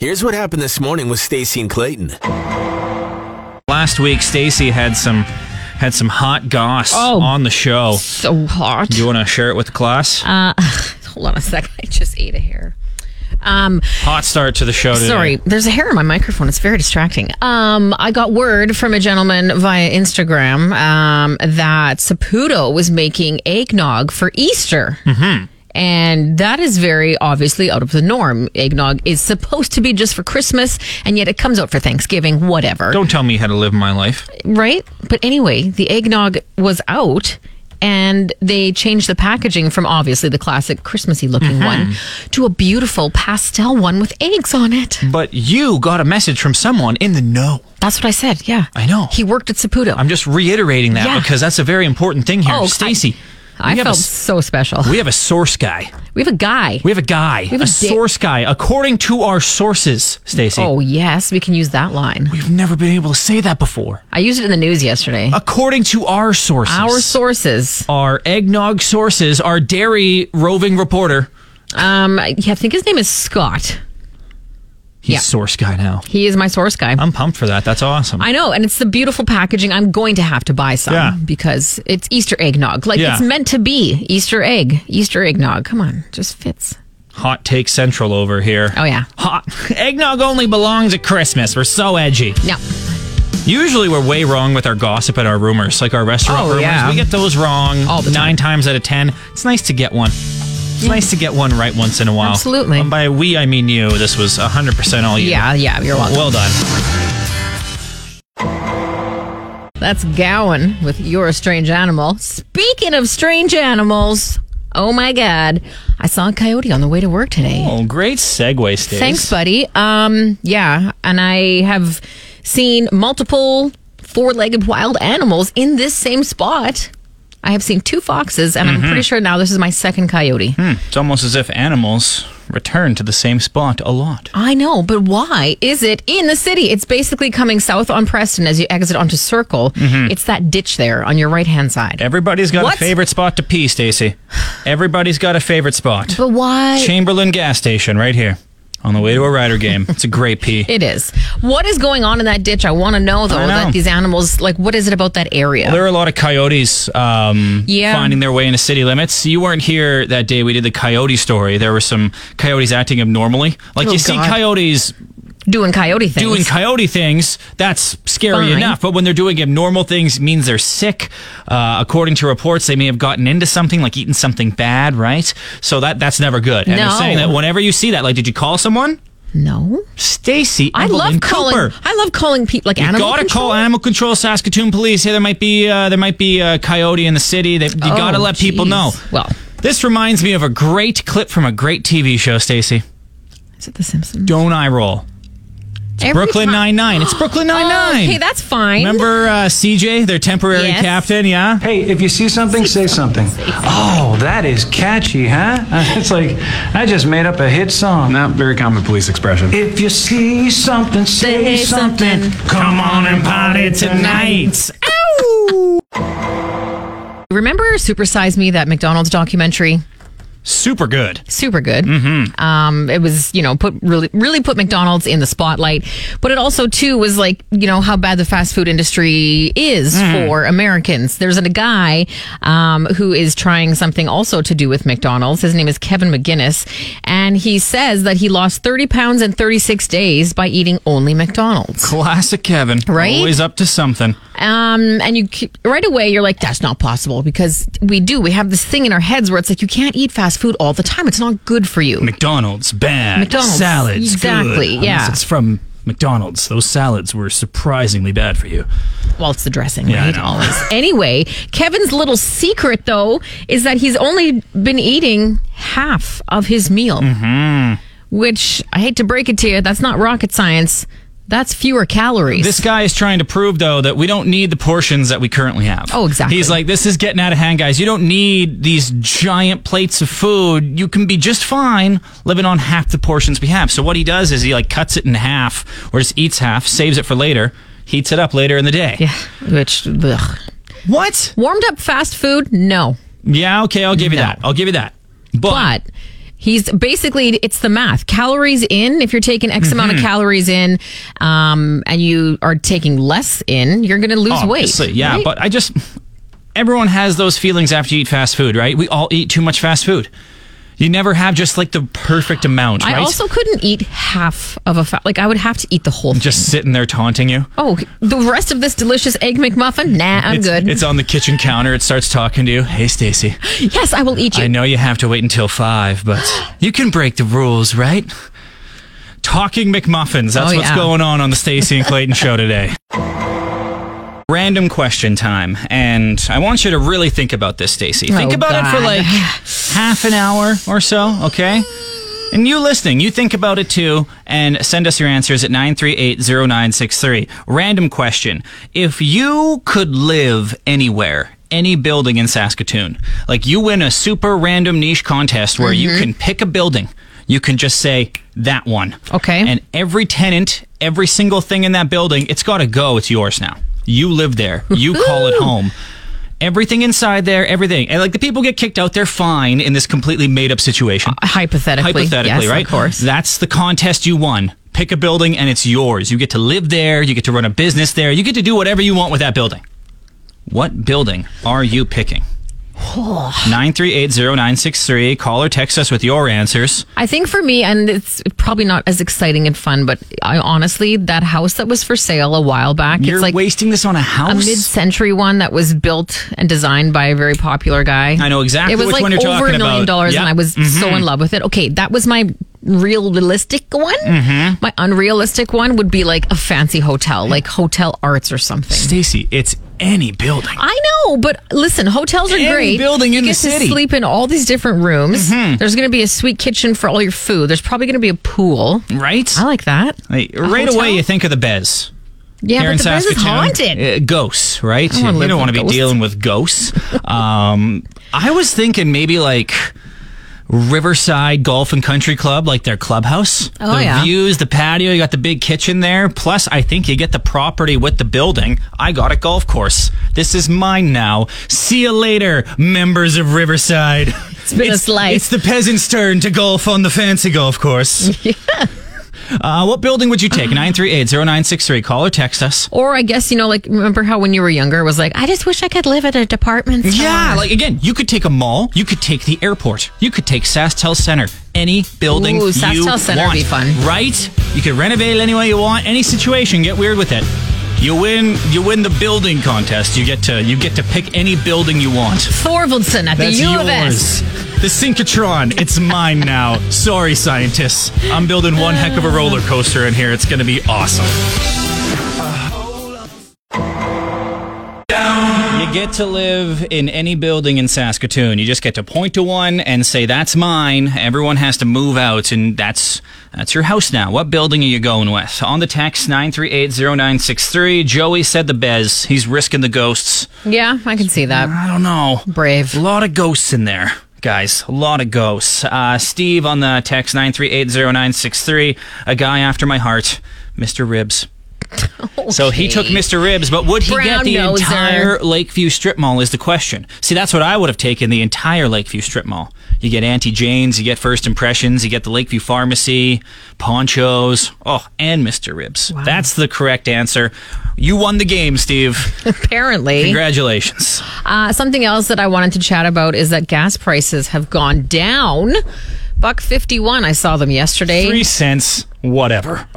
Here's what happened this morning with Stacy and Clayton. Last week, Stacy had some had some hot goss Oh. on the show. so hot. Do you want to share it with the class? Uh, hold on a second. I just ate a hair. Um, hot start to the show today. sorry, there's a hair on my microphone. It's very distracting. Um, I got word from a gentleman via Instagram um, that Saputo was making eggnog for Easter. Mm-hmm. And that is very obviously out of the norm. Eggnog is supposed to be just for Christmas, and yet it comes out for Thanksgiving, whatever. Don't tell me how to live my life. Right? But anyway, the eggnog was out and they changed the packaging from obviously the classic Christmassy looking Mm-hmm. one to a beautiful pastel one with eggs on it. But you got a message from someone in the know. That's what I said. Yeah. I know. He worked at Saputo. I'm just reiterating that Yeah. because that's a very important thing here. Oh, I- Stacy, I we, have a felt s- so special. we have a source guy. We have a guy. We have a guy. have a a dick. source guy, according to our sources, Stacy. oh, yes. We can use that line. We've never been able to say that before. I used it in the news yesterday. According to our sources. Our sources. Our eggnog sources, our dairy roving reporter. Um, I- yeah, I think his name is Scott. He's Yeah. source guy now. He is my source guy. I'm pumped for that. That's awesome. I know, and it's the beautiful packaging. I'm going to have to buy some Yeah. because it's Easter eggnog. Like Yeah. it's meant to be Easter egg, Easter eggnog. Come on, just fits. Hot take central over here. Oh yeah, Hot eggnog only belongs at Christmas. We're so edgy. no, Usually we're way wrong with our gossip and our rumors, like our restaurant Oh, rumors. yeah. We get those wrong All the nine times out of ten. It's nice to get one. It's nice to get one right once in a while. Absolutely. And by we, I mean you. This was 100% all you. yeah, yeah. You're welcome. Well done. That's Gowan with You're a Strange Animal. Speaking of strange animals, oh my God, I saw a coyote on the way to work today. Oh, great segue, Stace. Thanks, buddy. Um, yeah, and I have seen multiple four-legged wild animals in this same spot. I have seen two foxes, and Mm-hmm. I'm pretty sure now this is my second coyote. Hmm. It's almost as if animals return to the same spot a lot. I know, but why is it in the city? It's basically coming south on Preston as you exit onto Circle. Mm-hmm. It's that ditch there on your right-hand side. Everybody's got What? a favorite spot to pee, Stacy. Everybody's got a favorite spot. But why? Chamberlain gas station right here on the way to a rider game. It's a great pee. It is. What is going on in that ditch? I want to know though. I know. That these animals, like, what is it about that area? There are a lot of coyotes um, Yeah. finding their way into city limits. You weren't here that day we did the coyote story. There were some coyotes acting abnormally. Like Oh, you see God. coyotes doing coyote things. doing coyote things, that's scary Fine. enough. But when they're doing abnormal things, it means they're sick. Uh, according to reports, they may have gotten into something, like eaten something bad, right? So that that's never good. And No. they're saying that whenever you see that, like, did you call someone? no. Stacy, I Evelyn love calling. Cooper. I love calling people like You animal. gotta control. call animal control, Saskatoon police. Hey, there might be uh, there might be a coyote in the city. They, you Oh, gotta let people jeez. know. Well, This reminds me of a great clip from a great TV show, Stacy. is it The Simpsons? Don't I roll? Every Brooklyn Nine time- Nine. It's Brooklyn Nine Oh, Nine. okay, that's fine. Remember uh, CJ, their temporary Yes. captain? Yeah. Hey, if you see something, say something. Oh, that is catchy, huh? It's like I just made up a hit song. Not very common police expression. If you see something, say Say something. something. Come on and party Tonight. Remember Super Size Me, that McDonald's documentary? Super good. Super good. Mm-hmm. Um, it was, you know, put really, really put McDonald's in the spotlight. But it also, too, was like, you know, how bad the fast food industry is for Americans. There's a guy um, who is trying something also to do with McDonald's. His name is Kevin McGinnis. And he says that he lost 30 pounds in 36 days by eating only McDonald's. Classic Kevin. Right? Always up to something. um, and you keep- right away you're like that's not possible because we do we have this thing in our heads where it's like you can't eat fast food all the time it's not good for you McDonald's bad. McDonald's, Salads exactly, good. yeah. Unless it's from McDonald's. Those salads were surprisingly bad for you. well it's the dressing Yeah, I right know. always anyway kevin's little secret though is that he's only been eating half of his meal which i hate to break it to you that's not rocket science that's fewer calories This guy is trying to prove, though, that we don't need the portions that we currently have. Oh, exactly. He's like, this is getting out of hand, guys. You don't need these giant plates of food. You can be just fine living on half the portions we have. So what he does is he like cuts it in half, or just eats half, saves it for later, heats it up later in the day. yeah which ugh. What? warmed up fast food no Yeah. Okay, I'll give you No. that. I'll give you that. But, but He's basically it's the math. Calories in, if you're taking X amount of calories in, um, and you are taking less in, you're going to lose Obviously, weight. yeah. right? But I just, everyone has those feelings after you eat fast food, right? We all eat too much fast food. You never have just like the perfect amount, I right? also couldn't eat half of a fa- like I would have to eat the whole. thing. just sitting there taunting you. Oh, the rest of this delicious egg McMuffin? Nah, I'm it's, good. It's on the kitchen counter. It starts talking to you. Hey, Stacy. yes, I will eat you. I know you have to wait until five, but you can break the rules, right? Talking McMuffins. That's Oh, what's yeah. going on on the Stacy and Clayton show today. Random question time, and I want you to really think about this, Stacy. Think Oh, about it for God. like half an hour or so, okay? And you listening, you think about it too, and send us your answers at 9380963. Random question. If you could live anywhere, any building in Saskatoon, like you win a super random niche contest where you can pick a building, you can just say that one. Okay. And every tenant, every single thing in that building, it's got to go. It's yours now. You live there, you call it home. Everything inside there, everything. And like the people get kicked out, they're fine in this completely made up situation. Hypothetically, Hypothetically, yes, right? Of course. That's the contest you won. Pick a building and it's yours. You get to live there, you get to run a business there, you get to do whatever you want with that building. What building are you picking? 9380963. Call or text us with your answers. I think for me, and it's probably not as exciting and fun, but I honestly, that house that was for sale a while back, You're it's like wasting this on a a house. mid-century one that was built and designed by a very popular guy. I know exactly It was which like one you're over talking a million about. Mm-hmm. dollars, Yeah. and I was so in love with it. Okay, that was my realistic one. Mm-hmm. My unrealistic one would be like a fancy hotel, like Hotel Arts or something. Stacy, it's any building. I know, but listen, hotels are Any great. building you in get the city. Mm-hmm. to sleep in all these different rooms. There's going to be a sweet kitchen for all your food. There's probably going to be a pool. Right? I like that. Like, A right hotel? away, you think of the Bez. Yeah, Here but in the place is Saskatoon, haunted. uh, ghosts, right? wanna you live don't with want to be ghosts. dealing with ghosts. um, I was thinking maybe like Riverside Golf and Country Club, like their clubhouse. Oh, the yeah. views, the patio, you got the big kitchen there. Plus, I think you get the property with the building. I got a golf course. This is mine now. See you later, members of Riverside. It's been a slice. It's the peasant's turn to golf on the fancy golf course. Uh, what building would you take? 938-0963. Call or text us. Or I guess you know, like remember how when you were younger, it was like I just wish I could live at a department store. Yeah, like again, you could take a mall, you could take the airport, you could take SaskTel Center, any building Ooh, you SaskTel Center would want, be fun. right? You could renovate it any way you want, any situation. Get weird with it. You win, you win the building contest. You get to, you get to pick any building you want. Thorvaldson at That's the U of S. yours. The synchrotron, it's mine now. Sorry, scientists. I'm building one heck of a roller coaster in here. It's going to be awesome. You get to live in any building in Saskatoon. You just get to point to one and say, "That's mine." Everyone has to move out, and that's that's your house now. What building are you going with? On the text nine three eight zero nine six three. Joey said the Bez. He's risking the ghosts. Yeah, I can see that. I don't know. Uh, Brave. A lot of ghosts in there, guys. A lot of ghosts. Uh, Steve on the text 9380963, a guy after my heart, Mr. Ribs. So he took Okay. Mr. Ribs, but would he get Brown the noser. entire Lakeview strip mall is the question. See, that's what I would have taken the entire Lakeview strip mall. You get Auntie Jane's, you get First Impressions, you get the Lakeview Pharmacy, Ponchos, oh, and Mr. Ribs. That's the correct answer. You won the game, Steve. Apparently, Congratulations. Uh, something else that I wanted to chat about is that gas prices have gone down. Buck fifty one. I saw them yesterday. three cents, whatever.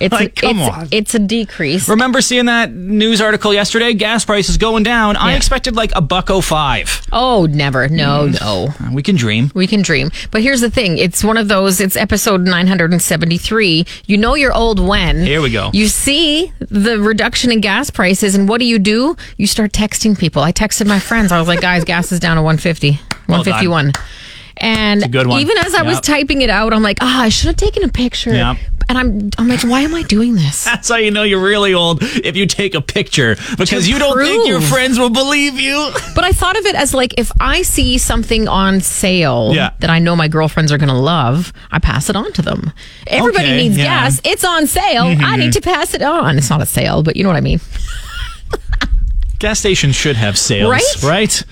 it's like, a, come it's, on. it's a decrease. Remember seeing that news article yesterday? Gas prices going down. I Yeah. expected like a buck oh five. Uh, Oh, never. No, Mm. no. We can dream. We can dream. But here's the thing. It's one of those, it's episode 973. You know you're old when. Here we go. You see the reduction in gas prices, and what do you do? You start texting people. I texted my friends. I was like, guys, gas is down to 150, Well done. 151. and a good one. even as I was Yep. typing it out, I'm like, ah, I should have taken a picture. Yep. And I'm, I'm like, why am I doing this? That's how you know you're really old if you take a picture because To you don't think your prove. friends will believe you. But I thought of it as like if I see something on sale Yeah. that I know my girlfriends are going to love, I pass it on to them. Everybody Okay, needs yeah. Mm-hmm. gas. It's on sale. I need to pass it on. It's not a sale, but you know what I mean. Gas stations should have sales, Right? right?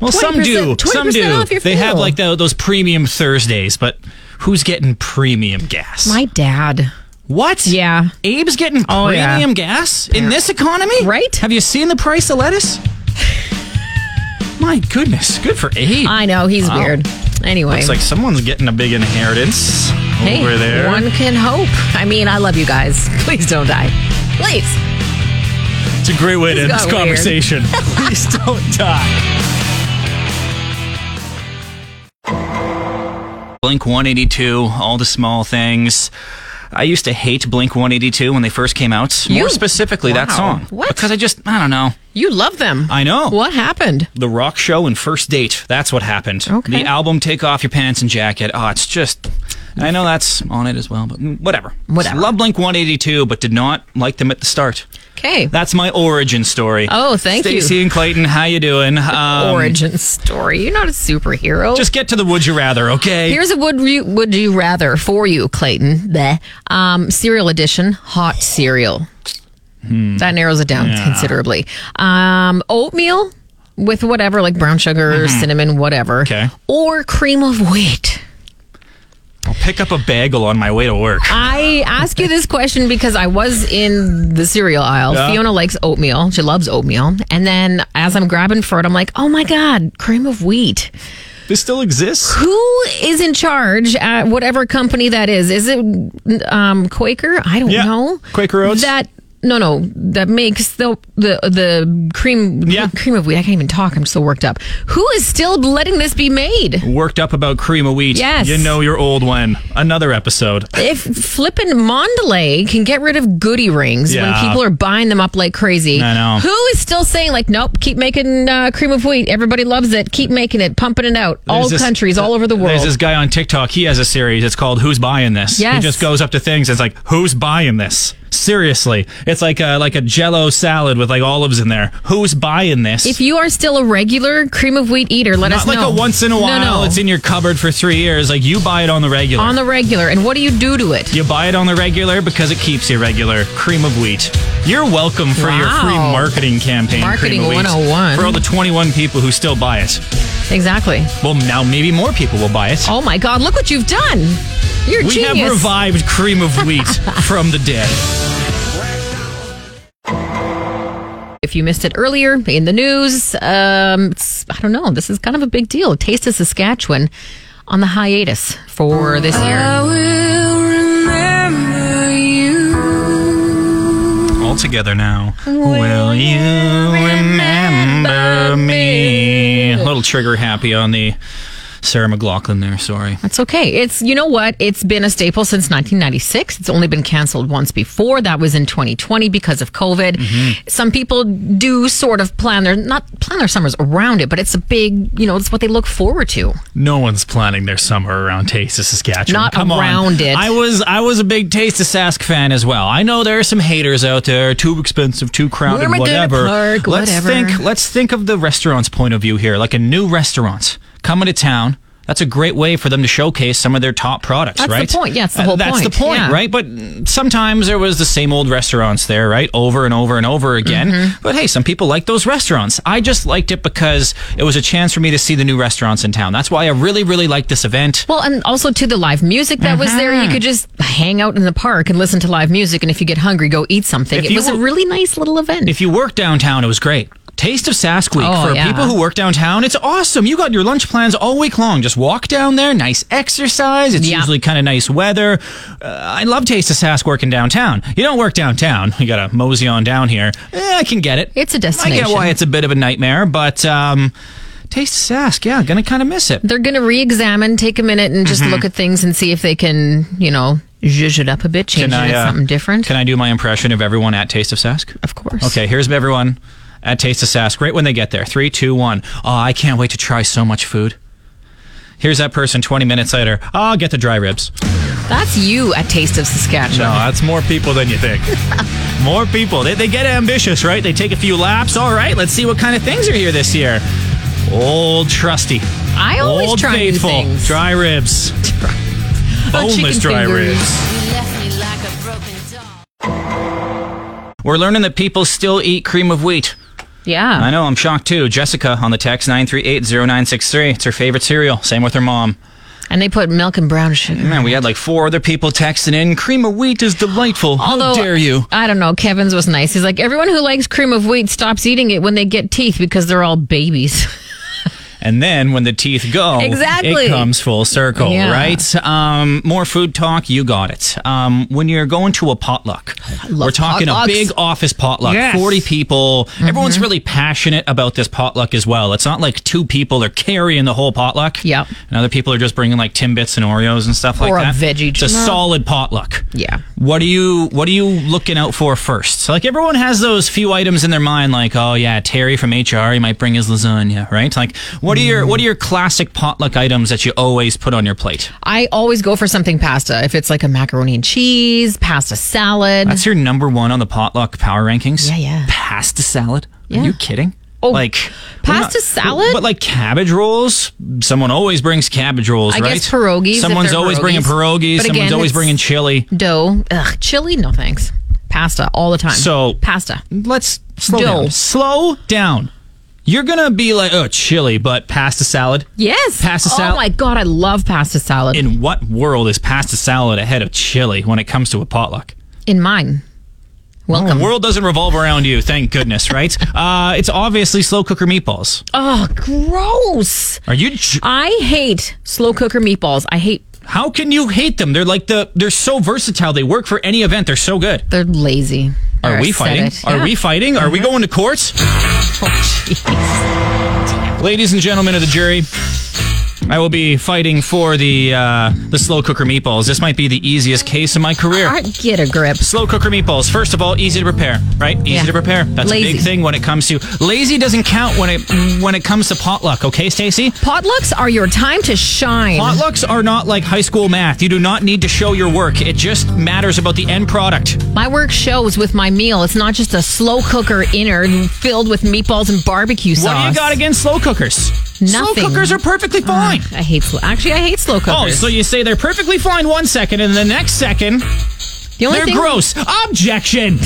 Well, some do. 20% Some do. off your They have fuel. like tho- those premium Thursdays, but who's getting premium gas? My dad. what? Yeah. Abe's getting Oh, yeah. premium gas in this economy? Right? Have you seen the price of lettuce? My goodness. Good for Abe. I know he's Wow. weird. Anyway, Looks like someone's getting a big inheritance hey, over there. one can hope. I mean, I love you guys. Please don't die. Please. It's a great way to end This this got weird. conversation. Please don't die. Blink 182, all the small things. I used to hate Blink 182 when they first came out. You- More specifically, that Wow. song. What? Because I just, I don't know. You love them. I know. What happened? The rock show and first date. That's what happened. Okay. The album Take Off Your Pants and Jacket. Oh, it's just. I know that's on it as well, but mm, whatever. Whatever. Love Blink 182, but did not like them at the start. Okay. That's my origin story. Oh, thank you. Stacey and Clayton, how you doing? Um, Origin story. You're not a superhero. Just get to the would you rather, okay? Here's a would you, would you rather for you, Clayton. The um, cereal edition, hot cereal. Hmm. That narrows it down considerably. Um, oatmeal with whatever, like brown sugar, cinnamon, whatever. Mm-hmm. Okay. Or cream of wheat. I'll pick up a bagel on my way to work. I ask you this question because I was in the cereal aisle. Yeah. Fiona likes oatmeal. She loves oatmeal. And then as I'm grabbing for it, I'm like, oh my God, cream of wheat. this still exists? Who is in charge at whatever company that is? Is it um, Quaker? I don't Yeah. know. Quaker Oats? That no, no, that makes the the the cream Yeah. cream of wheat. I can't even talk. I'm so worked up. Who is still letting this be made? Worked up about cream of wheat. Yes. You know your old one. Another episode. If flippin' Mondelez can get rid of goody rings Yeah. when people are buying them up like crazy, I know. who is still saying like, nope, keep making uh, cream of wheat. Everybody loves it. Keep making it, pumping it out. all There's this- countries, all over the world. There's this guy on TikTok. He has a series. It's called Who's Buying This? Yes. He just goes up to things. It's like, who's buying this? Seriously. It's like a, like a jello salad with like olives in there. Who's buying this? If you are still a regular cream of wheat eater, let Not us like know. a once in a while. No, no. It's in your cupboard for three years. Like you buy it on the regular. on the regular. And what do you do to it? You buy it on the regular because it keeps you regular. Cream of wheat. You're welcome for your Wow. free marketing campaign. Marketing cream of wheat, 101. For all the 21 people who still buy it. Exactly. Well, now maybe more people will buy it. Oh my God! Look what you've done. You're a we genius. have revived cream of wheat from the dead. if you missed it earlier in the news, um, it's, I don't know. This is kind of a big deal. Taste of Saskatchewan on the hiatus for this year. All together now. Will you remember me? A little trigger happy on the Sarah McLaughlin there. Sorry. That's okay. It's you know what? It's been a staple since 1996. It's only been canceled once before. That was in 2020 because of COVID. Mm-hmm. Some people do sort of plan their not plan their summers around it, but it's a big, you know, it's what they look forward to. No one's planning their summer around Taste of Saskatchewan. Not Come around on. it. I was I was a big Taste of Sask fan as well. I know there are some haters out there, too expensive, too crowded, We're Medina whatever. Park, let's whatever. think let's think of the restaurant's point of view here, like a new restaurant coming to town. That's a great way for them to showcase some of their top products, That's the right? point. Yeah, it's the Uh, whole That's point. the point, Yeah. right? But sometimes there was the same old restaurants there, right? Over and over and over again. Mm-hmm. But hey, some people like those restaurants. I just liked it because it was a chance for me to see the new restaurants in town. That's why I really, really liked this event. Well, and also to the live music that was there. Uh-huh. You could just hang out in the park and listen to live music, and if you get hungry, go eat something. If it you was a were- really nice little event. If you work downtown, it was great. Taste of Sask Week Oh, for yeah. people who work downtown. It's awesome. You got your lunch plans all week long. Just walk down there, nice exercise. It's Yeah. usually kind of nice weather. Uh, I love Taste of Sask working downtown. You don't work downtown. You got to mosey on down here. Eh, I can get it. It's a I destination. get why it's a bit of a nightmare, but um, Taste of Sask, yeah, gonna kind of miss it. They're going to re-examine, take a minute, and Mm-hmm. just look at things and see if they can, you know, zhuzh it up a bit, change it to uh, something different. Can I do my impression of everyone at Taste of Sask? of course. Okay, here's everyone at Taste of Sask. Right when they get there. Three, two, one. Oh, I can't wait to try so much food. Here's that person 20 minutes later. I'll get the dry ribs. That's you at Taste of Saskatchewan. No, that's more people than you think. more people. They, they get ambitious, right? They take a few laps. All right, let's see what kind of things are here this year. Old trusty. I always Old try new faithful. things. Dry ribs. Oh, chicken Boneless dry fingers. ribs. We're learning that people still eat cream of wheat. Yeah. I know, I'm shocked too. Jessica on the text 9380963. It's her favorite cereal. Same with her mom. And they put milk and brown sugar. Man, we had like four other people texting in. Cream of wheat is delightful. Although, How dare you? I don't know. Kevin's was nice. He's like, everyone who likes cream of wheat stops eating it when they get teeth because they're all babies. And then when the teeth go, Exactly. it comes full circle, Yeah. right? Um, more food talk, you got it. Um, when you're going to a potluck, love we're talking potlucks. Mm-hmm. a big office potluck, 40 people. Everyone's really passionate about this potluck as well. It's not like two people are carrying the whole potluck. Yep. And other people are just bringing like Timbits and Oreos and stuff like Or a that. veggie It's a jar. solid potluck. Yeah. What are you What are you looking out for first? So, like everyone has those few items in their mind, like oh yeah, Terry from HR, he might bring his lasagna, right? Like what are your What are your classic potluck items that you always put on your plate? I always go for something pasta. If it's like a macaroni and cheese, pasta salad. That's your number one on the potluck power rankings. Yeah, yeah. Pasta salad. Yeah. Are you kidding? Oh, like pasta we're not- salad? but like cabbage rolls. Someone always brings cabbage rolls, I right? guess pierogies, if Someone's they're always bringing pierogies. pierogies. But Someone's again, always it's- bringing chili. Dough. Ugh, chili? No thanks. Pasta all the time. So- pasta. Let's slow Dough. down. Slow down. You're gonna be like, oh, chili, but pasta salad. Yes. Pasta Oh salad. my god, I love pasta salad. In, In what world is pasta salad ahead of chili when it comes to a potluck? mine. Welcome. The Oh, world doesn't revolve around you, thank goodness, right? Uh, it's obviously slow cooker meatballs. oh, gross. Are you? j- I hate slow cooker meatballs. I hate How can you hate them? They're like the they're so versatile. They work for any event. They're so good. they're lazy. Are They're we fighting? aesthetic. Are Yeah. we fighting? Are we going to court? Ladies and gentlemen of the jury, I will be fighting for the uh, the slow cooker meatballs. This might be the easiest case in my career. I get a grip. Slow cooker meatballs. First of all, easy to prepare, right? Easy Yeah. to prepare. That's a Lazy. big thing when it comes to lazy. Doesn't count when it mm, when it comes to potluck. Okay, Stacy. Potlucks are your time to shine. Potlucks are not like high school math. You do not need to show your work. It just matters about the end product. My work shows with my meal. It's not just a slow cooker inner filled with meatballs and barbecue sauce. What do you got against slow cookers? Slow Nothing. Uh-huh. cookers are perfectly fine. I hate slow. Actually, I hate slow Oh, cookers. so you say they're perfectly fine one second, and the next second the only they're thing gross. Objection!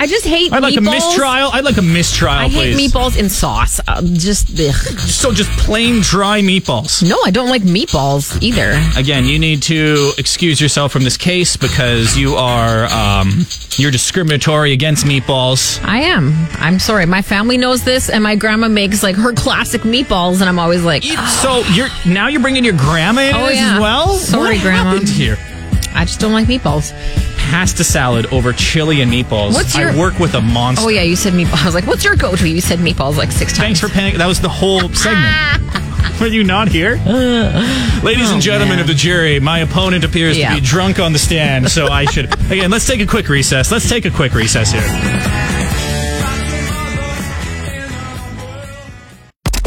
I just hate. I'd like meatballs. a mistrial. I'd like a mistrial, I hate please. meatballs in sauce. Uh, just ugh. So just plain dry meatballs. no, I don't like meatballs either. Again, you need to excuse yourself from this case because you are um, you're discriminatory against meatballs. I am. I'm sorry. My family knows this, and my grandma makes like her classic meatballs, and I'm always like, "Ah, So you're now you're bringing your grandma in Oh, this yeah. as well. Sorry, what Grandma. happened here? I just don't like meatballs. Pasta salad over chili and meatballs. What's your- I work with a monster. Oh yeah, you said meatballs. I was like, what's your go-to? You said meatballs like six times. Thanks for panic. That was the whole segment. Were you not here? Ladies and gentlemen Oh, man. of the jury, my opponent appears Yeah. to be drunk on the stand, so I should. Again, let's take a quick recess. Let's take a quick recess here.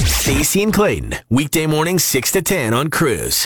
Stacy and Clayton, weekday mornings 6 to 10 on Cruise.